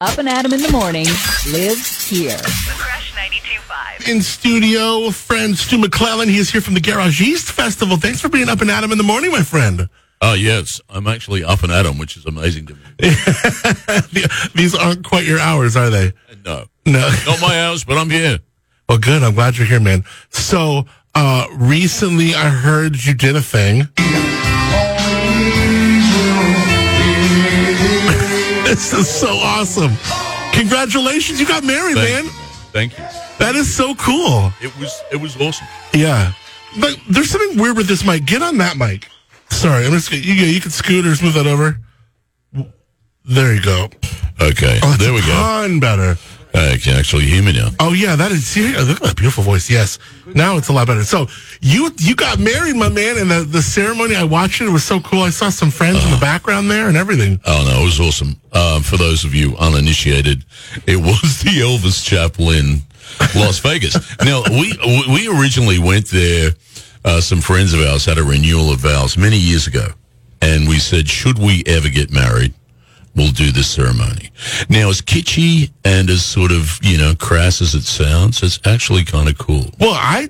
Up and Adam in the morning lives here. Fresh 92.5. in studio, friend Stu McClellan. He is here from the Garagiste Festival. Thanks for being up and at him in the morning, my friend. Oh, yes. I'm actually up and at 'em, which is amazing to me. These aren't quite your hours, are they? No. No. Not my house, but I'm here. Well, good. I'm glad you're here, man. So, uh, recently I heard you did a thing. this is so awesome. Congratulations. You got married, Thank, man. thank you. That is so cool. It was it was awesome. Yeah. But there's something weird with this mic. Get on that mic. Sorry, I'm just you, you can scoot or smooth that over. There you go. Okay. Oh, that's there a we go. ton better. I can actually hear me now. Oh yeah, that is see, look at that beautiful voice. Yes. Now it's a lot better. So you you got married, my man, and the, the ceremony I watched it, it was so cool. I saw some friends Uh-huh. in the background there and everything. Oh, no. It was awesome. Uh, for those of you uninitiated, it was the Elvis Chapel in Las Vegas. Now, we, we- we originally went there. Uh, some friends of ours had a renewal of vows many years ago. And we said, should we ever get married? will do this ceremony. Now, as kitschy and as sort of, you know, crass as it sounds, it's actually kind of cool. Well, I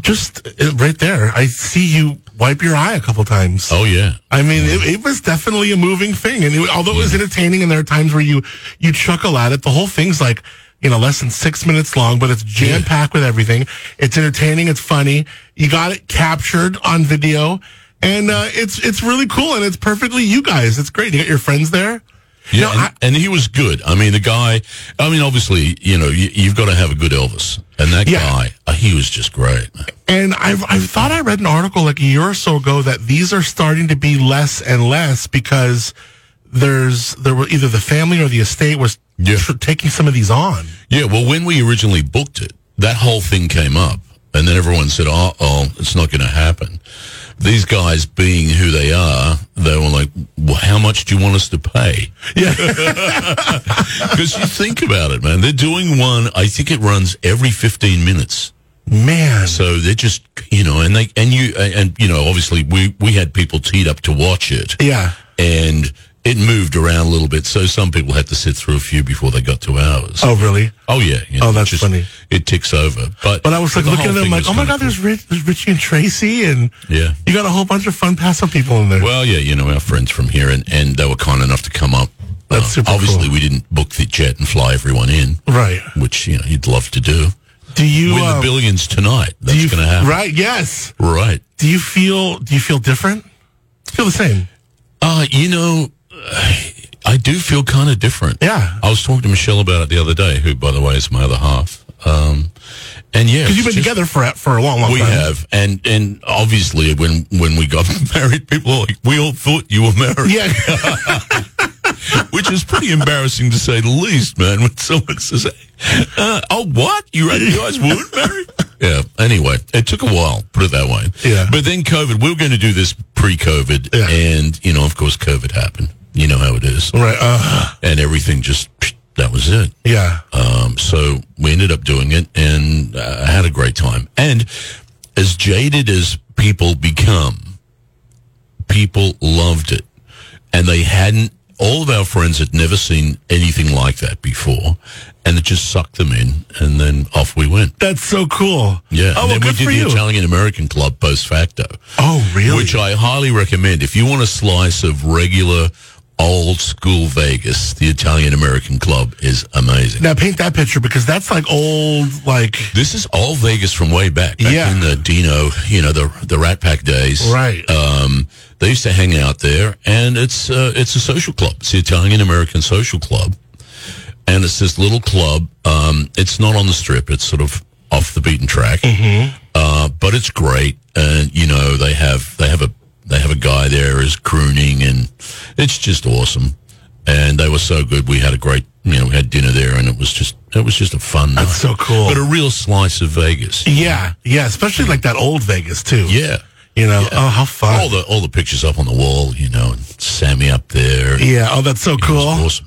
just uh, right there, I see you wipe your eye a couple times. Oh, yeah. I mean, it, it was definitely a moving thing, and it, although it was entertaining, and there are times where you you chuckle at it. The whole thing's like you know less than six minutes long, but it's jam packed with everything. It's entertaining. It's funny. You got it captured on video, and uh, it's it's really cool, and it's perfectly you guys. It's great. You got your friends there. Yeah, No, and, I- and he was good. I mean, the guy, I mean, obviously, you know, you, you've got to have a good Elvis. And that Yeah. guy, uh, he was just great. man. And I've, I thought I read an article like a year or so ago that these are starting to be less and less because there's there were either the family or the estate was Yeah. tr- taking some of these on. Yeah, well, when we originally booked it, that whole thing came up, and then everyone said, "Oh, oh, it's not going to happen." These guys, being who they are, they were like, well, "How much do you want us to pay?" Yeah. Because you think about it, man, they're doing one. I think it runs every fifteen minutes, Man. so they're just, you know, and they and you and you know, obviously, we we had people teed up to watch it, Yeah. and it moved around a little bit, so some people had to sit through a few before they got to ours. Oh, really? Oh yeah, you Oh, it that's funny. It ticks over, but But I was like the looking at them whole thing like, was oh my kinda God, there's, Rich, there's Richie and Tracy, and cool. yeah. you got a whole bunch of fun pass up people in there. Well, yeah, you know our friends from here, and, and they were kind enough to come up. That's super obviously cool. we didn't book the jet and fly everyone in, right. which you know you'd love to do. Do you? Win um, the billions tonight. do That's you- going to happen, Right. Yes. right? Do you feel? Do you feel different? Feel the same. Uh, you know, I do feel kind of different. Yeah. I was talking to Michelle about it the other day, who, by the way, is my other half. Um, and yeah, Because you've been it's just- together for for a long, long We time. have, and and obviously when when we got married, people are like, we all thought you were married, Yeah. which is pretty embarrassing to say the least, man. When someone says, uh, "Oh, what? You ready? You guys weren't married?" Yeah. Anyway, it took a while. Put it that way. Yeah. But then COVID, we were going to do this pre-COVID, Yeah. and you know, of course, COVID happened. You know how it is, right. Uh, and everything just that was it. yeah. Um, so we ended up doing it and uh, had a great time. And as jaded as people become, people loved it. And they hadn't, all of our friends had never seen anything like that before. And it just sucked them in. And then off we went. That's so cool. Yeah. Oh, well, and then good we did for the you. Italian American Club post facto. Oh, really? Which I highly recommend. If you want a slice of regular old school Vegas, the Italian American Club is amazing. now paint that picture because that's like old, like This is all Vegas from way back, back Yeah. in the Dino, you know, the the Rat Pack days. Right. Um, they used to hang out there, and it's uh, it's a social club. It's the Italian American Social Club, and it's this little club. Um, it's not on the strip. It's sort of off the beaten track, mm-hmm. uh, but it's great. And you know, they have they have a they have a guy there who's crooning, and it's just awesome. And they were so good. We had a great, you know, we had dinner there, and it was just it was just a fun. That's night. so cool. But a real slice of Vegas. yeah, yeah. Especially like that old Vegas too. Yeah. You know. Oh, how fun. All the all the pictures up on the wall, you know, and Sammy up there. yeah. Oh, that's so cool. It was awesome.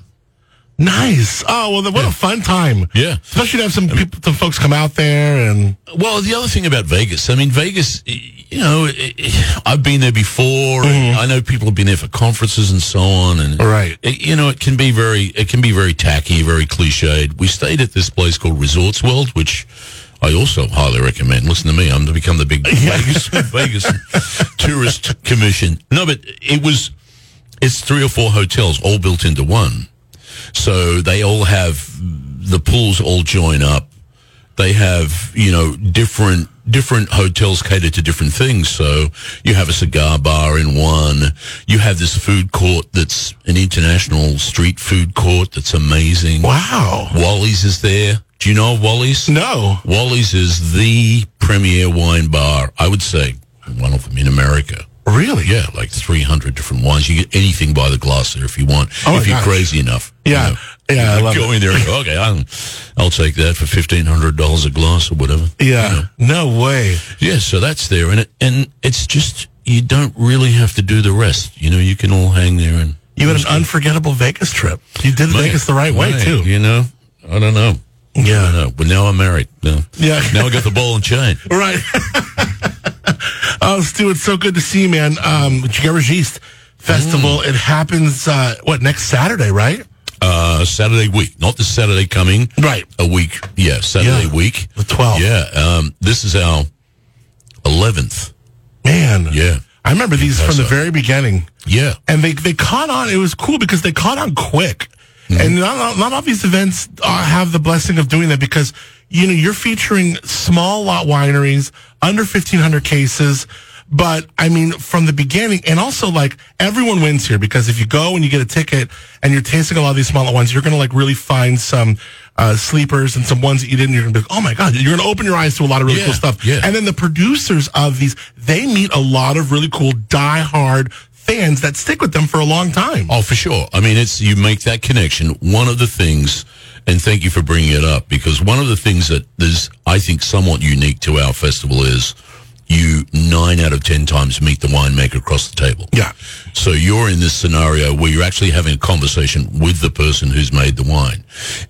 Nice. Oh well, then what a fun time. Yeah. especially to have some people, some folks come out there and Well, the other thing about Vegas, I mean, Vegas, y- you know, i- i- I've been there before. And I know people have been there for conferences and so on, and Mm-hmm. Right. it- you know, it can be very, it can be very tacky, very cliched. We stayed at this place called Resorts World, which I also highly recommend. Listen to me, I'm to become the big Vegas, Vegas tourist commission. No, but it was, it's three or four hotels all built into one. So they all have the pools all join up. They have you know different different hotels cater to different things. So you have a cigar bar in one. You have this food court that's an international street food court that's amazing. wow. Wally's is there. Do you know of Wally's? No. Wally's is the premier wine bar. I would say one of them in America. Really? Yeah, like 300 different wines. You get anything by the glass there if you want, Oh, my if you're gosh. crazy enough. Yeah. You know, Yeah, I you love go it. in there and go, okay, I'll, I'll take that for $1,500 a glass or whatever. Yeah. No way. Yeah, so that's there. And, it, and it's just, you don't really have to do the rest. You know, you can all hang there and. You had an unforgettable Vegas trip. You did Man, Vegas the right way man, too. You know, I don't know. Yeah. I don't know. But now I'm married. No. Yeah. Now I got the ball and chain. Right. oh, Stu, it's so good to see you, man. Um, Geragiste Festival. It happens, uh, what, next Saturday, right? Uh, Saturday week, not this Saturday coming. Right. A week. Yeah, Saturday Yeah, week. the 12th. Yeah. Um, this is our 11th. Man. Yeah. I remember these from the Impressive. very beginning. Yeah. And they, they caught on. It was cool because they caught on quick. Mm-hmm. And not, not, not all these events uh, have the blessing of doing that because, you know, you're featuring small lot wineries, under 1,500 cases. But I mean, from the beginning, and also like everyone wins here because if you go and you get a ticket and you're tasting a lot of these small lot wines, you're going to like really find some uh, sleepers and some ones that you didn't. You're going to be like, oh my God, you're going to open your eyes to a lot of really Yeah, cool stuff. yeah. And then the producers of these, they meet a lot of really cool diehard fans that stick with them for a long time. Oh, for sure. I mean, it's you make that connection. One of the things, and thank you for bringing it up, because one of the things that is, I think, somewhat unique to our festival is you nine out of ten times meet the winemaker across the table. Yeah. So you're in this scenario where you're actually having a conversation with the person who's made the wine,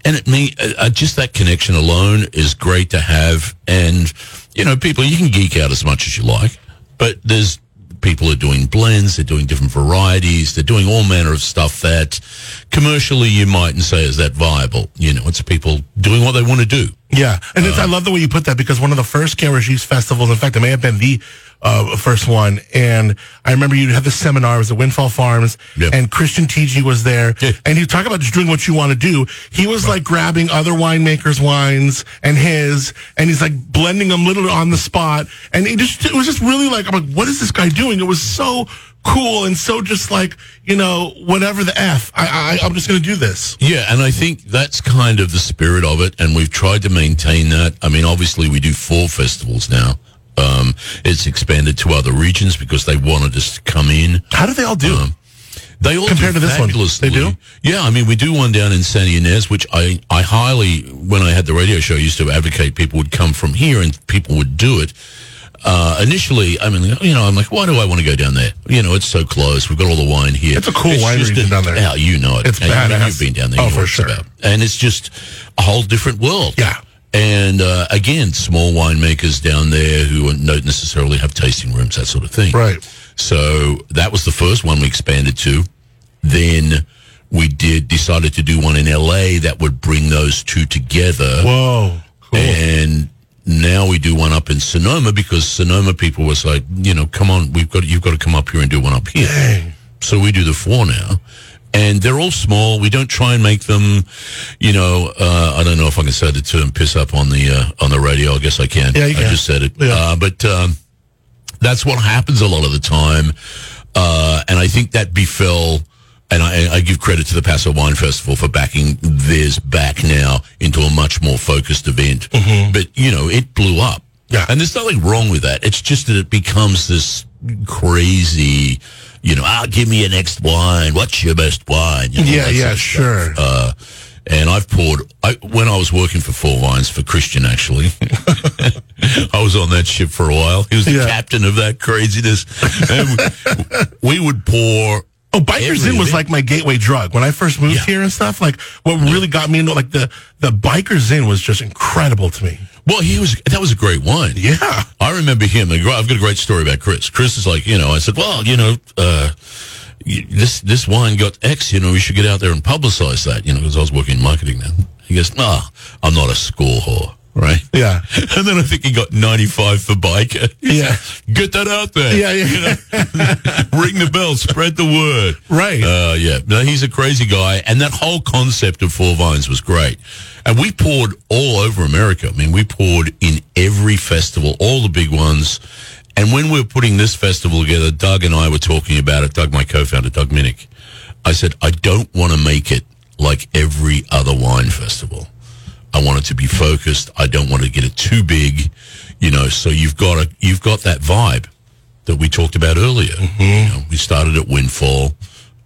and it me uh, uh, just that connection alone is great to have. And you know, people, you can geek out as much as you like, but there's people are doing blends, they're doing different varieties, they're doing all manner of stuff that commercially you mightn't say is that viable. You know, it's people doing what they want to do. Yeah, and it's, I love the way you put that because one of the first Garagis festivals, in fact, it may have been the uh, first one. And I remember you had the seminar, it was at Windfall Farms, Yeah. and Christian T.G. was there. Yeah. And you talk about just doing what you want to do. He was like grabbing other winemakers' wines and his, and he's like blending them literally on the spot. And it just, it was just really like, I'm like, what is this guy doing? It was so cool and so just like, you know, whatever the F, I, I, I'm just going to do this. Yeah, and I think that's kind of the spirit of it, and we've tried to maintain that. I mean, obviously, we do four festivals now. Um, it's expanded to other regions because they wanted us to come in. How do they all do? Um, they all Compared do to this one, fabulously. they do? Yeah, I mean, we do one down in San Ynez, which I, I highly, when I had the radio show, used to advocate people would come from here and people would do it. Uh, initially, I mean, you know, I'm like, why do I want to go down there? You know, it's so close. We've got all the wine here. It's a cool wine just region a- down there. Yeah, you know it. It's And I mean, badass. You've been down there. Oh, you know for what it's sure. about. And it's just a whole different world. Yeah. And uh, again, small winemakers down there who don't necessarily have tasting rooms, that sort of thing. Right. So that was the first one we expanded to. Then we did decided to do one in LA that would bring those two together. Whoa. Cool. And now we do one up in Sonoma because Sonoma people was like, you know, come on, we've got you've got to come up here and do one up here. So we do the four now. And they're all small. We don't try and make them, you know. Uh, I don't know if I can say the term "piss up" on the uh, on the radio. I guess I can. Yeah, you I can. just said it. Yeah. Uh, but um, that's what happens a lot of the time. Uh, and I think that befell, and I, I give credit to the Paso Wine Festival for backing theirs back now into a much more focused event. But, you know, it blew up. Mm-hmm. Yeah. And there's nothing wrong with that. It's just that it becomes this crazy, you know, ah, give me your next wine. What's your best wine? You know, Yeah, that sort yeah, of stuff. sure. Uh, and I've poured, I, when I was working for Four Wines, for Christian actually, I was on that ship for a while. He was the Yeah. captain of that craziness. And we, we would pour Oh, Bikers Inn was Everything. like my gateway drug when I first moved Yeah. here and stuff. Like what really got me into like the the Bikers Inn was just incredible to me. Well, he was. That was a great wine. Yeah. I remember him. Like, I've got a great story about Chris. Chris is like, you know, I said, well, you know, uh, you- this this wine got X. You know, we should get out there and publicize that. You know, because I was working in marketing then. He goes, nah, I'm not a school whore, right? Yeah. And then I think he got 95 for biker. Yeah. Get that out there. Yeah, yeah. You know? Ring the bell, spread the word. Right. Uh, yeah. No, he's a crazy guy. And that whole concept of Four Vines was great. And we poured all over America. I mean, we poured in every festival, all the big ones. And when we were putting this festival together, Doug and I were talking about it. Doug, my co-founder, Doug Minnick. I said, I don't want to make it like every other wine festival. I want it to be focused. I don't want to get it too big, you know. So you've got a you've got that vibe that we talked about earlier. Mm-hmm. You know, we started at Windfall.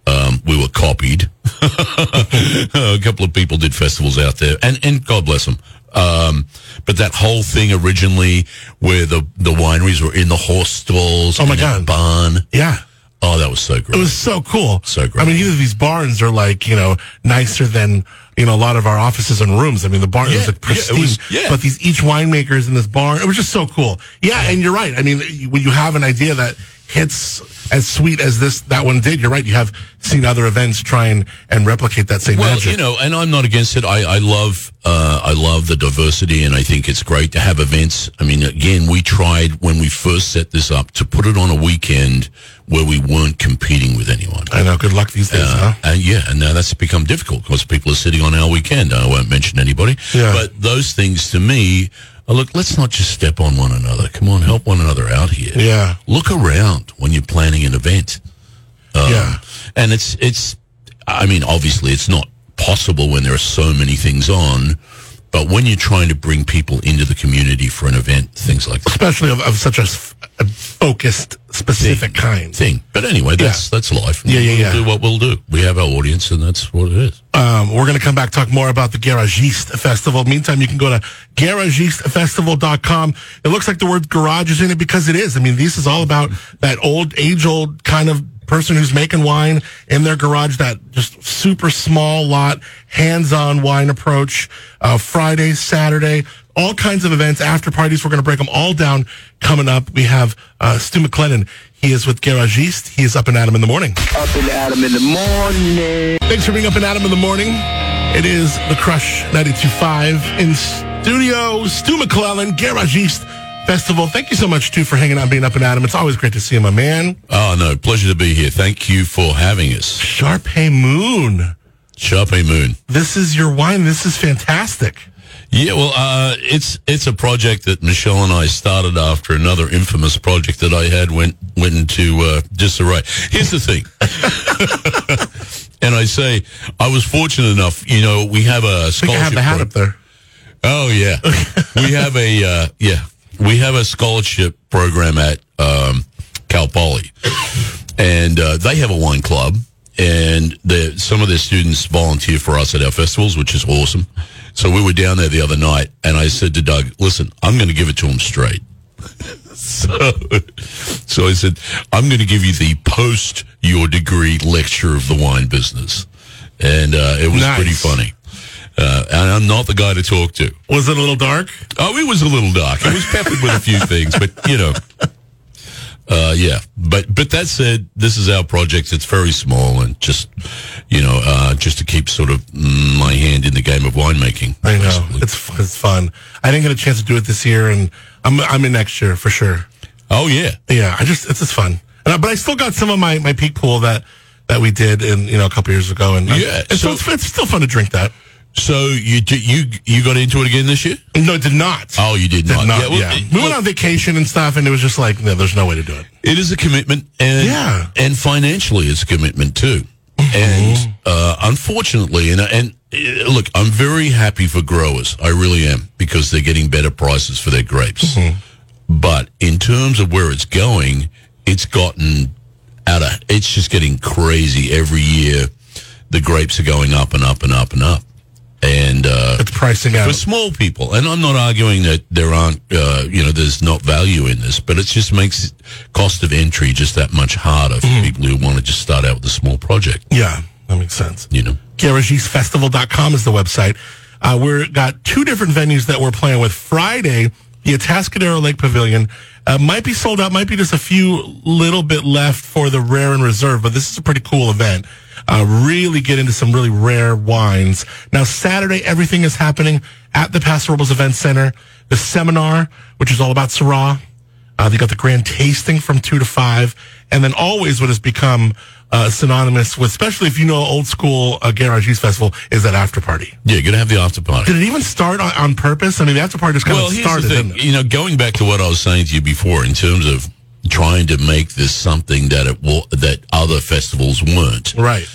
Um, we were copied. a couple of people did festivals out there, and and God bless them. Um, but that whole thing originally, where the the wineries were in the horse stalls, Oh, my in the God. barn. Yeah. Oh, that was so great. It was so cool. So great. I mean, either of these barns are like, you know, nicer than, you know, a lot of our offices and rooms. I mean, the barn Yeah, was like yeah, it was- pristine. yeah. But these each winemakers in this barn, it was just so cool. Yeah, and you're right. I mean, when you have an idea that hits as sweet as this that one did, you're right. You have seen other events try and, and replicate that same Well, magic. you know, and I'm not against it. I, I love uh, I love the diversity, and I think it's great to have events. I mean, again, we tried when we first set this up to put it on a weekend where we weren't competing with anyone. I know. Good luck these days, huh? And Uh, yeah, and now that's become difficult because people are sitting on our weekend. I won't mention anybody. Yeah. But those things to me, are, look, let's not just step on one another. Come on, help one another out here. Yeah. Look around when you're planning an event. um, yeah. And it's it's I mean, obviously it's not possible when there are so many things on, but when you're trying to bring people into the community for an event, things like that Especially of, of such a, s- a focused, specific kind. thing. But anyway, that's that's life. Yeah, yeah, We'll yeah. Do what we'll do. We have our audience and that's what it is. Um, we're going to come back, talk more about the Garagiste Festival. Meantime, you can go to garagistefestival.com. It looks like the word garage is in it because it is. I mean, this is all about that old, age old kind of person who's making wine in their garage, that just super small lot, hands on wine approach. Uh, Friday, Saturday, all kinds of events, after parties. We're going to break them all down. Coming up, we have uh, Stu McLennan. He is with Garagiste. He is up and at 'em in the morning. Up and Adam in the morning. Thanks for being up and Adam in the morning. It is The Crush 92.5 in studio, Stu McClellan, Garage East Festival. Thank you so much, too, for hanging out and being up and Adam. It's always great to see you, my man. Oh no, pleasure to be here. Thank you for having us. Sharpay Moon. Sharpay Moon. This is your wine. This is fantastic. Yeah, well, uh, it's it's a project that Michelle and I started after another infamous project that I had went went into uh, disarray. Here's the thing, and I say I was fortunate enough. You know, we have a I think I scholarship. have the hat pro- up there. Oh yeah, we have a uh, yeah we have a scholarship program at um, Cal Poly, and uh, they have a wine club, and the, some of their students volunteer for us at our festivals, which is awesome. So we were down there the other night, and I said to Doug, "Listen, I'm going to give it to them straight." so, so I said, "I'm going to give you the post your degree lecture of the wine business," and uh, it was Nice. pretty funny. Uh, and I'm not the guy to talk to. Was it a little dark? Oh, it was a little dark. It was peppered with a few things, but you know, uh, yeah. But but that said, this is our project. It's very small and just you know uh, just to keep sort of mm, my hand in the game of winemaking. I know. basically. It's, fu- it's fun. I didn't get a chance to do it this year, and I'm, I'm in next year for sure. Oh yeah. Yeah, I just it's just fun. And I, but I still got some of my my peak pool that that we did in you know a couple years ago, and I- Yeah, and so so- it's, it's still fun to drink that. So you d- you you got into it again this year? No, it did not. Oh, you did did not. not. well, yeah, it- we went on vacation and stuff, and it was just like no, there's no way to do it. It is a commitment, and Yeah. and financially, it's a commitment too. And uh, unfortunately, and and uh, look, I'm very happy for growers. I really am because they're getting better prices for their grapes. But in terms of where it's going, it's gotten out of. It's just getting crazy every year. The grapes are going up and up and up and up, and uh, It's pricing for out. small people. And I'm not arguing that there aren't, uh, you know, there's not value in this, but it just makes cost of entry just that much harder for people who want to just start out with a small project. Yeah, that makes sense. You know, Garagey'sFestival.com is the website. Uh, we've got two different venues that we're playing with. Friday, the Atascadero Lake Pavilion uh, might be sold out, might be just a few little bit left for the rare and reserve, but this is a pretty cool event. Uh, really get into some really rare wines. Now, Saturday, everything is happening at the Paso Robles Event Center. The seminar, which is all about Syrah. Uh, they got the grand tasting from two to five, and then always what has become uh, synonymous with, especially if you know old school uh, Garage Use Festival, is that after party. yeah, you're going to have the after party. Did it even start on, on purpose? I mean, the after party just kind Well, of here's started. the didn't thing. You know, going back to what I was saying to you before, in terms of trying to make this something that it wa- that other festivals weren't. it? Right.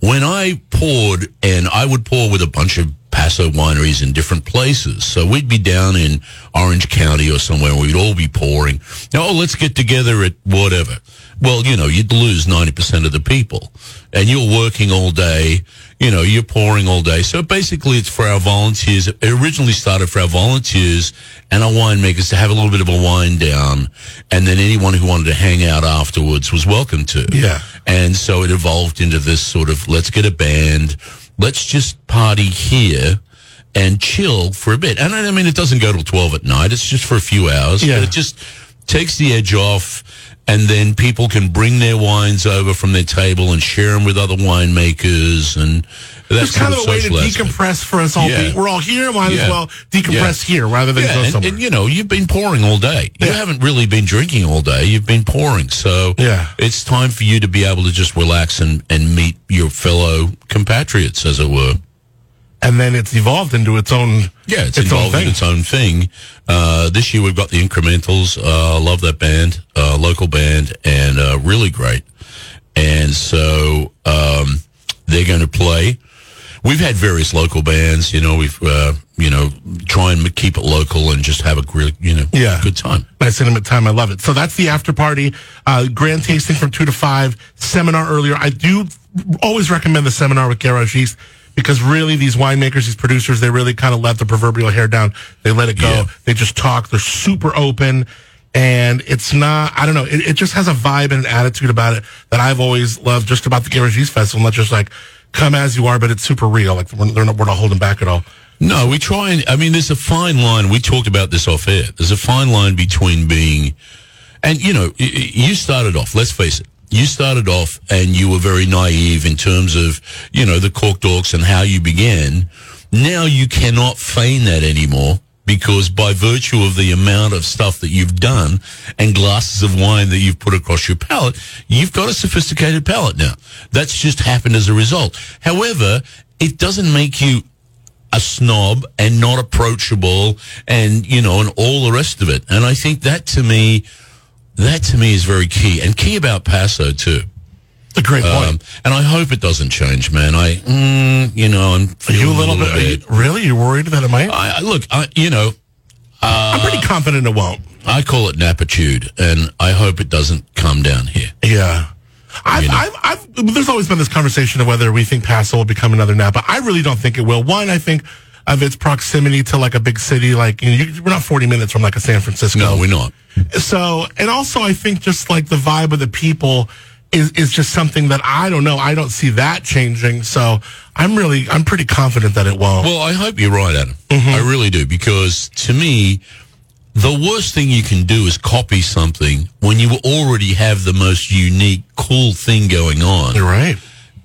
when I poured, and I would pour with a bunch of Paso wineries in different places. So we'd be down in Orange County or somewhere. We'd all be pouring. Oh, let's get together at whatever. Well, you know, you'd lose 90% of the people. And you're working all day. You know, you're pouring all day. So basically, it's for our volunteers. It originally started for our volunteers and our winemakers to have a little bit of a wind down. And then anyone who wanted to hang out afterwards was welcome to. Yeah. And so it evolved into this sort of let's get a band, let's just party here and chill for a bit. And I I mean, it doesn't go till 12 at night, it's just for a few hours. Yeah. But it just takes the edge off. And then people can bring their wines over from their table and share them with other winemakers. And that's It's kind of a way to decompress for us all. Yeah. Be- We're all here, might Yeah. as well decompress here rather than go Yeah, and, somewhere. and you know, you've been pouring all day. You Yeah. haven't really been drinking all day. You've been pouring. So Yeah. it's time for you to be able to just relax and, and meet your fellow compatriots, as it were. and then it's evolved into its own Yeah, it's, its own involved in thing. its own thing. Uh, this year we've got the Incrementals. Uh, love that band, uh, local band, and uh, really great. And so um, they're going to play. We've had various local bands. You know, we've uh, you know try and keep it local and just have a really you know Yeah. good time. Nice intimate time. I love it. So that's the after party, uh, grand tasting from two to five, seminar earlier. I do always recommend the seminar with Garage East because really these winemakers, these producers, they really kind of let the proverbial hair down. They let it go. Yeah. They just talk. They're super open. And it's not, I don't know, it, it just has a vibe and an attitude about it that I've always loved just about the Garage East Festival. Not just like come as you are, but it's super real. Like we're, they're not, we're not holding back at all. No, we try and I mean, there's a fine line. We talked about this off air. There's a fine line between being, and you know, y- y- you started off. Let's face it. You started off and you were very naive in terms of, you know, the cork dorks and how you began. Now you cannot feign that anymore because by virtue of the amount of stuff that you've done and glasses of wine that you've put across your palate, you've got a sophisticated palate now. That's just happened as a result. However, it doesn't make you a snob and not approachable and you know and all the rest of it and i think that to me that to me is very key and key about paso too It's a great point. um, and i hope it doesn't change man i mm, you know i'm are feeling Um, you a little bit, are you- really? You're worried that it might? I, I- look i you know I'm pretty confident it won't. i call it napitude and i hope it doesn't come down here Yeah. I've, I've, I've, there's always been this conversation of whether we think Paso will become another Napa. I really don't think it will. One, I think of its proximity to like a big city, like, you know, you, we're not 40 minutes from like a San Francisco. no we're not So, and also I think just like the vibe of the people is, is just something that I don't know. I don't see that changing. So I'm really, I'm pretty confident that it won't. Well, I hope you're right, Adam. Mm-hmm. I really do, because to me, the worst thing you can do is copy something when you already have the most unique, cool thing going on. You're right.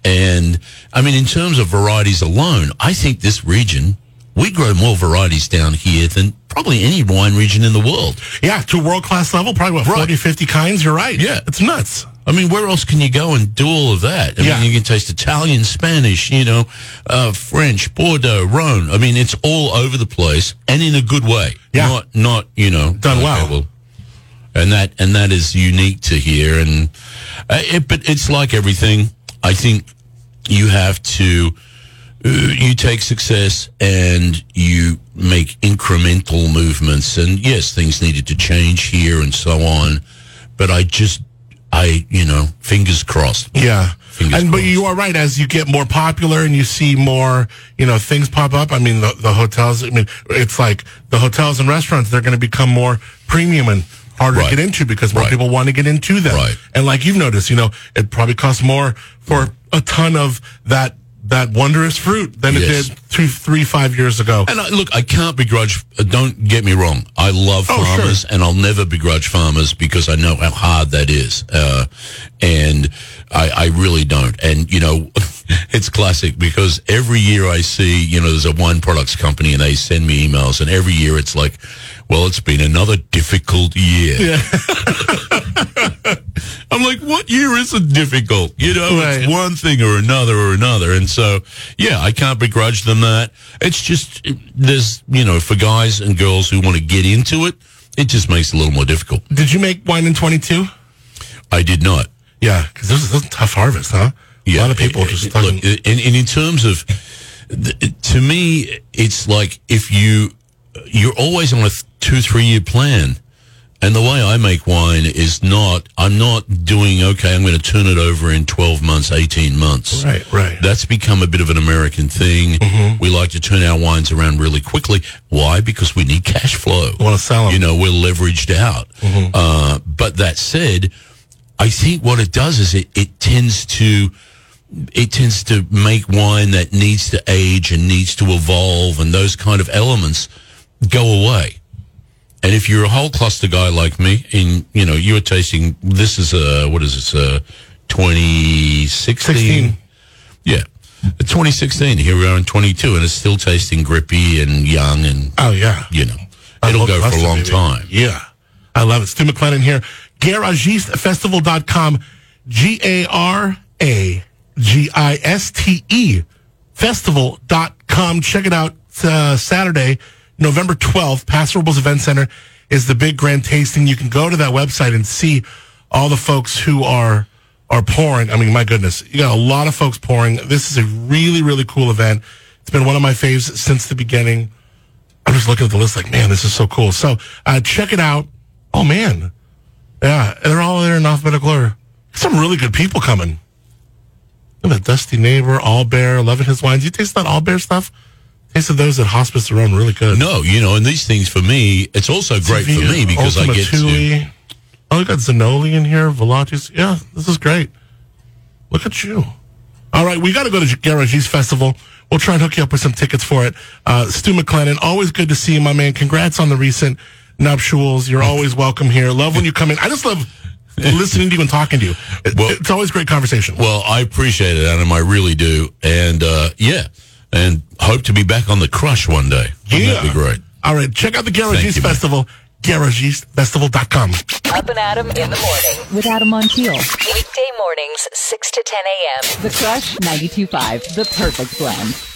And I mean, in terms of varieties alone, I think this region, we grow more varieties down here than probably any wine region in the world. Yeah. To world class level, probably what, Right. 40, 50 kinds. You're right. Yeah. It's nuts. I mean, where else can you go and do all of that? I Yeah. mean, you can taste Italian, Spanish, you know, uh, French, Bordeaux, Rhone. I mean, it's all over the place and in a good way. Yeah. Not, not you know, Done well. and that and that is unique to here. And uh, it, but it's like everything. I think you have to uh, you take success and you make incremental movements. And yes, things needed to change here and so on. But I just I, you know, fingers crossed. Yeah. Fingers and but crossed. you are right. As you get more popular and you see more, you know, things pop up. I mean, the, the hotels. I mean, it's like the hotels and restaurants. They're going to become more premium and harder Right. to get into because more Right. people want to get into them. Right. And like you've noticed, you know, it probably costs more for a ton of that that wondrous fruit than Yes. it did two, three, five years ago. And I, look, I can't begrudge. uh, Don't get me wrong. I love Oh, sure. farmers, and I'll never begrudge farmers because I know how hard that is, uh, and I, I really don't. And you know, it's classic because every year I see, you know, there's a wine products company, and they send me emails, and every year it's like, well, it's been another difficult year. I'm like, what year isn't difficult? You know, Right. it's one thing or another or another. And so, yeah, I can't begrudge them that. It's just, it- there's, you know, for guys and girls who want to get into it, it just makes it a little more difficult. Did you make wine in twenty two? I did not. Yeah, because this, is- this is a tough harvest, huh? a lot of people it- just it- talking. look, and, and in terms of, th- to me, it's like if you, you're always on a th- two, three year plan. And the way I make wine is not, I'm not doing, okay, I'm going to turn it over in 12 months, 18 months. right, right. That's become a bit of an American thing. We like to turn our wines around really quickly. Why? Because we need cash flow. Wanna sell 'em. You know, we're leveraged out. Uh, but that said, I think what it does is it, it tends to it tends to make wine that needs to age and needs to evolve, and those kind of elements go away. And if you're a whole cluster guy like me, in you know you're tasting this is a what is this uh 2016 16. yeah. 2016, here we are in 22, and it's still tasting grippy and young, and, oh yeah. you know, I it'll love go for a pasta, long baby. time. Yeah. I love it. Stu McLennan here. GaragisteFestival.com. G A R A G I S T E Festival.com. Check it out. It's, uh, Saturday, November 12th, Paso Robles Event Center is the big grand tasting. You can go to that website and see all the folks who are are pouring. I mean, my goodness, you got a lot of folks pouring. This is a really, really cool event. It's been one of my faves since the beginning. I'm just looking at the list like, man, this is so cool. So uh, check it out. Oh, man. Yeah, they're all there in alphabetical order. Some really good people coming. Look at that Dusty Neighbor, All Bear, loving his wines. You taste that All Bear stuff? Tasted those at Hospice to Rome really good. No, you know, and these things for me, it's also great for me because I uh, Ultima get to. Thule. Oh, we got Zanoli in here, Velatis. Yeah, this is great. Look at you. All right, we got to go to Garagees Festival. We'll try and hook you up with some tickets for it. Uh, Stu McLennan, always good to see you, my man. Congrats on the recent nuptials. You're always welcome here. Love when you come in. I just love listening to you and talking to you. It- Well- it's always great conversation. Well, I appreciate it, Adam. I really do. And, uh, yeah, and hope to be back on the crush one day. Wouldn't that be great? All right, check out the Garagees you, man. Festival, garageesfestival.com. Up and Adam in the morning. with Adam on Keel. Weekday mornings, 6 to 10 a.m. The Crush 92.5, the perfect blend.